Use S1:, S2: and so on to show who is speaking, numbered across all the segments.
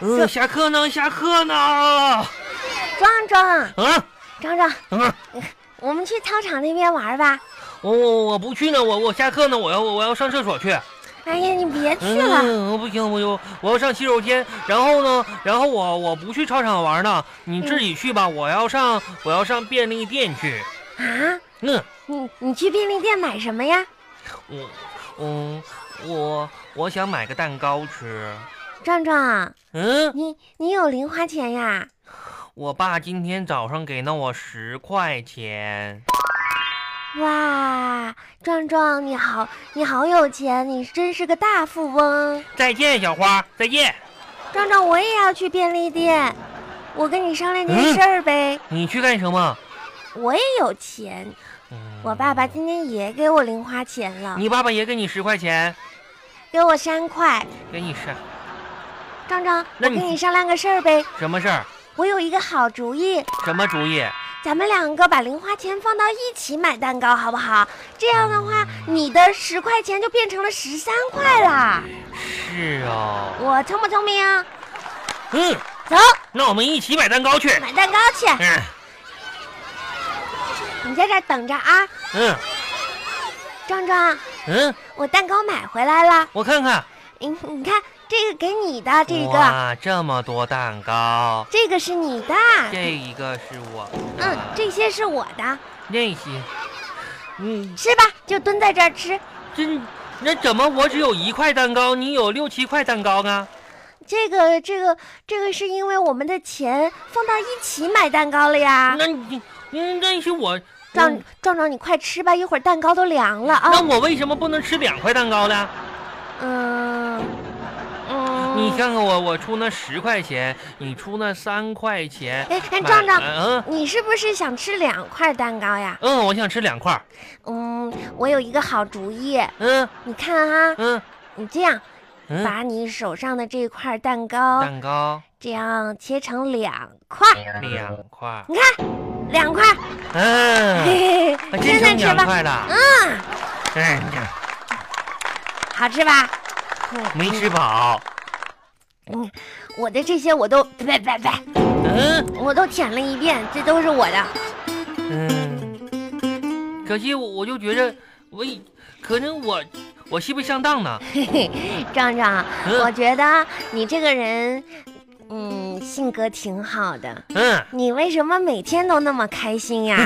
S1: 嗯，下课呢，下课呢。啊
S2: 壮壮，
S1: 啊
S2: 壮壮，
S1: 啊！
S2: 我们去操场那边玩吧。
S1: 我我我不去呢，我我下课呢，我要我要上厕所去。
S2: 哎呀，你别去了，
S1: 嗯，不行，我就我要上洗手间。然后呢，然后我我不去操场玩呢，你自己去吧。
S2: 嗯
S1: 我要上我要上便利店去。
S2: 啊！
S1: 嗯，
S2: 你你去便利店买什么呀？
S1: 我嗯我我想买个蛋糕吃。
S2: 壮壮，
S1: 嗯，
S2: 你你有零花钱呀？
S1: 我爸今天早上给了我十块钱。
S2: 哇，壮壮，你好，你好有钱，你真是个大富翁。
S1: 再见，小花，再见。
S2: 壮壮，我也要去便利店，我跟你商量
S1: 嗯
S2: 件事儿呗。
S1: 你去干什么？
S2: 我也有钱，
S1: 嗯
S2: 我爸爸今天也给我零花钱了，
S1: 你爸爸也给你十块钱，
S2: 给我三块。
S1: 给你是
S2: 壮壮，我
S1: 那
S2: 跟
S1: 你
S2: 你商量个事儿呗。
S1: 什么事儿？
S2: 我有一个好主意，
S1: 什么主意？
S2: 咱们两个把零花钱放到一起买蛋糕，好不好？这样的话，你的十块钱就变成了十三块啦。
S1: 是哦，
S2: 我聪不聪明啊？
S1: 嗯，
S2: 走，
S1: 那我们一起买蛋糕去。
S2: 买蛋糕去，
S1: 嗯
S2: 你在这儿等着啊，
S1: 嗯
S2: 壮壮。
S1: 嗯，
S2: 我蛋糕买回来了，
S1: 我看看，
S2: 你你看，这个给你的，这个
S1: 哇，这么多蛋糕，
S2: 这个是你的，
S1: 这一个是我啊
S2: 嗯，这些是我的，
S1: 那些，嗯，
S2: 吃吧，就蹲在这儿吃。
S1: 这那怎么我只有一块蛋糕，你有六七块蛋糕啊？
S2: 这个这个这个是因为我们的钱放到一起买蛋糕了呀。
S1: 那你嗯，那是我
S2: 壮
S1: 嗯
S2: 壮壮，你快吃吧，一会儿蛋糕都凉了啊
S1: 那。我为什么不能吃两块蛋糕呢？
S2: 哦嗯嗯，
S1: 你看看我，我出那十块钱，你出那三块钱。
S2: 哎哎，
S1: 买
S2: 壮壮，
S1: 嗯
S2: 你是不是想吃两块蛋糕呀？
S1: 嗯，我想吃两块儿。
S2: 嗯，我有一个好主意，
S1: 嗯
S2: 你看哈、
S1: 嗯
S2: 你这样
S1: 嗯，
S2: 把你手上的这块蛋糕
S1: 蛋糕
S2: 这样切成两块，
S1: 两块儿。
S2: 你看，两块，
S1: 嗯，
S2: 嘿嘿
S1: 还
S2: 嘿，
S1: 真
S2: 现在
S1: 剩
S2: 吃
S1: 两
S2: 吧，
S1: 块了。
S2: 嗯，
S1: 哎呀，
S2: 好吃吧？
S1: 没吃饱。
S2: 嗯，我的这些我都别别别，
S1: 嗯
S2: 我都舔了一遍，这都是我的。
S1: 嗯，可惜我我就觉着我以，可能我我是不是上当呢？
S2: 嘿嘿，壮壮，我
S1: 嗯
S2: 觉得你这个人，嗯，性格挺好的。
S1: 嗯，
S2: 你为什么每天都那么开 心呀？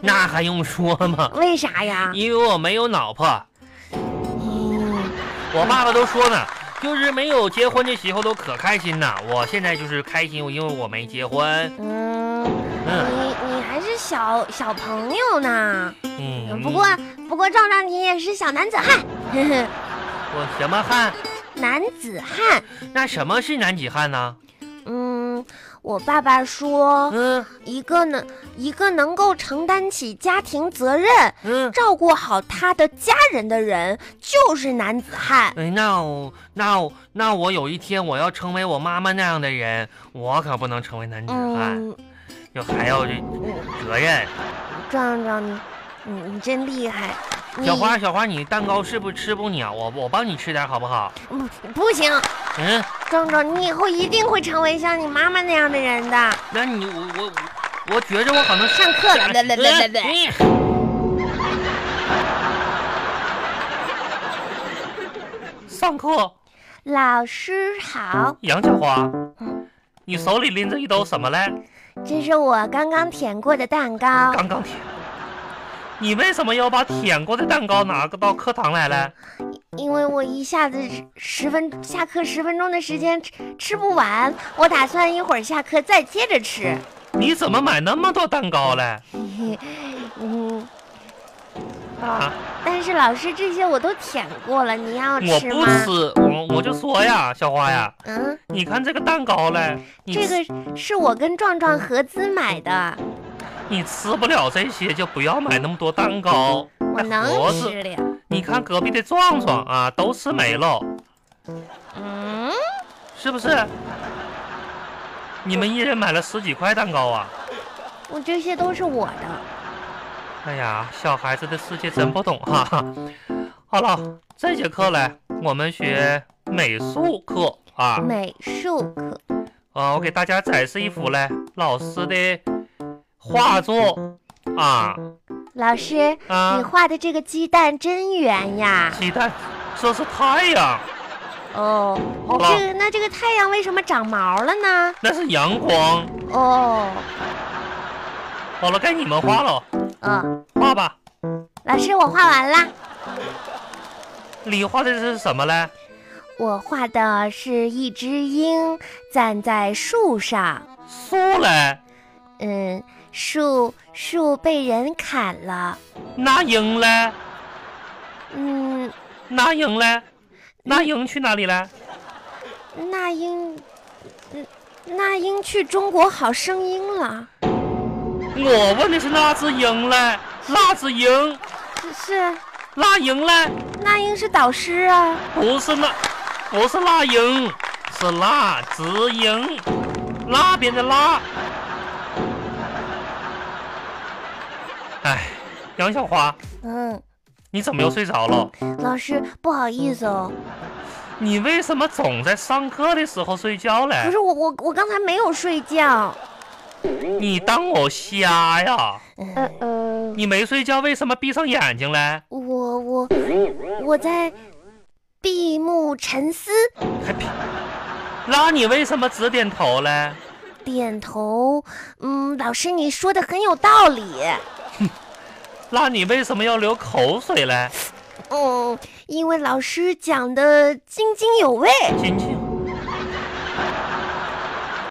S1: 那还用说吗？
S2: 为啥呀？
S1: 因为我没有老婆。
S2: 嗯，
S1: 我爸爸都说呢，就是没有结婚的时候都可开心呐。我现在就是开心，因为我没结婚。
S2: 嗯
S1: 嗯
S2: 你你还是小小朋友呢。
S1: 嗯，
S2: 不过不过，壮壮你也是小男子汉，呵呵，
S1: 我什么汉？
S2: 男子汉。
S1: 那什么是男子汉呢？
S2: 嗯，我爸爸说，
S1: 嗯
S2: 一个呢，一个能够承担起家庭责任、
S1: 嗯，
S2: 照顾好他的家人的人，就是男子汉。
S1: 哎，那我那我那我有一天我要成为我妈妈那样的人，我可不能成为男子汉，
S2: 嗯，
S1: 就还要这责任。
S2: 壮壮，你你你真厉害。你
S1: 小花小花，你蛋糕是不是吃不了？我我帮你吃点好不好？
S2: 不不行，
S1: 嗯，
S2: 壮壮，你以后一定会成为像你妈妈那样的人的。
S1: 那你我我我觉着我可能
S2: 上课了，来来来来来，
S1: 嗯 上课，
S2: 老师好，
S1: 杨小花
S2: 嗯，
S1: 你手里拎着一兜什么嘞？
S2: 这是我刚刚舔过的蛋糕。
S1: 刚刚舔。你为什么要把舔过的蛋糕拿到课堂来嘞？
S2: 因为我一下子十十分下课十分钟的时间吃吃不完，我打算一会儿下课再接着吃。
S1: 你怎么买那么多蛋糕嘞？
S2: 嗯，
S1: 啊，
S2: 但是老师这些我都舔过了，你要
S1: 我
S2: 吃
S1: 不
S2: 吗？
S1: 吃，我我就说呀，小花呀，
S2: 嗯，
S1: 你看这个蛋糕嘞，你
S2: 这个是我跟壮壮合资买的，
S1: 你吃不了这些，就不要买那么多蛋糕。
S2: 嗯
S1: 哎
S2: 我能
S1: 盒子
S2: 吃了。
S1: 你看隔壁的壮壮啊，都吃没喽，
S2: 嗯，
S1: 是不是？你们一人买了十几块蛋糕啊！
S2: 我这些都是我的。
S1: 哎呀，小
S2: 嗯
S1: 孩子的世界真不懂哈、哈。好了，这节课嘞，我们学美术课啊
S2: 美术课，
S1: 啊！我给大家展示一幅嘞老师的画作啊
S2: 老师，你
S1: 啊！
S2: 画的这个鸡蛋真圆呀！
S1: 鸡蛋，这是太阳，
S2: 哦，
S1: 好了
S2: 这个那这个太阳为什么长毛了呢？
S1: 那是阳光。
S2: 哦，
S1: 好了，该你们画了，
S2: 哦，
S1: 画吧。
S2: 老师，我画完啦。
S1: 你画的是什么嘞？
S2: 我画的是一只鹰站在树上，
S1: 树嘞？
S2: 嗯，树树被人砍了，
S1: 那鹰嘞？
S2: 嗯，
S1: 那鹰嘞？那鹰去哪里嘞？
S2: 那英，嗯，那英去中国好声音了，
S1: 我问的是那只鹰嘞？那只鹰，
S2: 是是，
S1: 那鹰嘞？
S2: 那英是导师啊，
S1: 不是那，不是那鹰，是那只鹰，那边的那。哎，杨小花，
S2: 嗯，
S1: 你怎么又睡着了？
S2: 老师不好意思哦，
S1: 你为什么总在上课的时候睡觉嘞
S2: 不？是我我我刚才没有睡觉，
S1: 你当我瞎呀？
S2: 呃呃，
S1: 你没睡觉，为什么闭上眼睛嘞？
S2: 我我我在闭目沉思，
S1: 还闭？那哎你为什么只点头嘞？
S2: 点头，嗯，老师你说的很有道理，
S1: 那你为什么要流口水嘞？
S2: 嗯，因为老师讲的津津有味，
S1: 津津